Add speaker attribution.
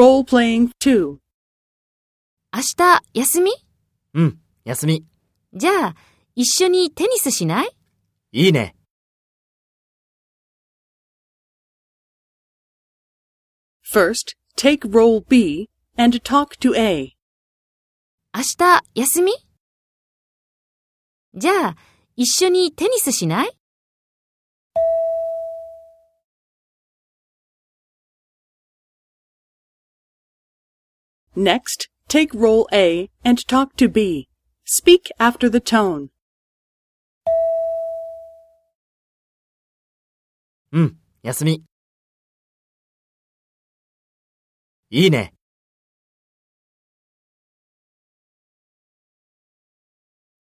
Speaker 1: Role-playing 2.
Speaker 2: 明日、休み
Speaker 3: うん、休み。
Speaker 2: じゃあ、一緒にテニスしない
Speaker 3: いいね。
Speaker 1: First, take role B and talk to A.
Speaker 2: 明日、休みじゃあ、一緒にテニスしない
Speaker 1: Next, take role A and talk to B. Speak after the tone.
Speaker 3: うん、休み。いいね。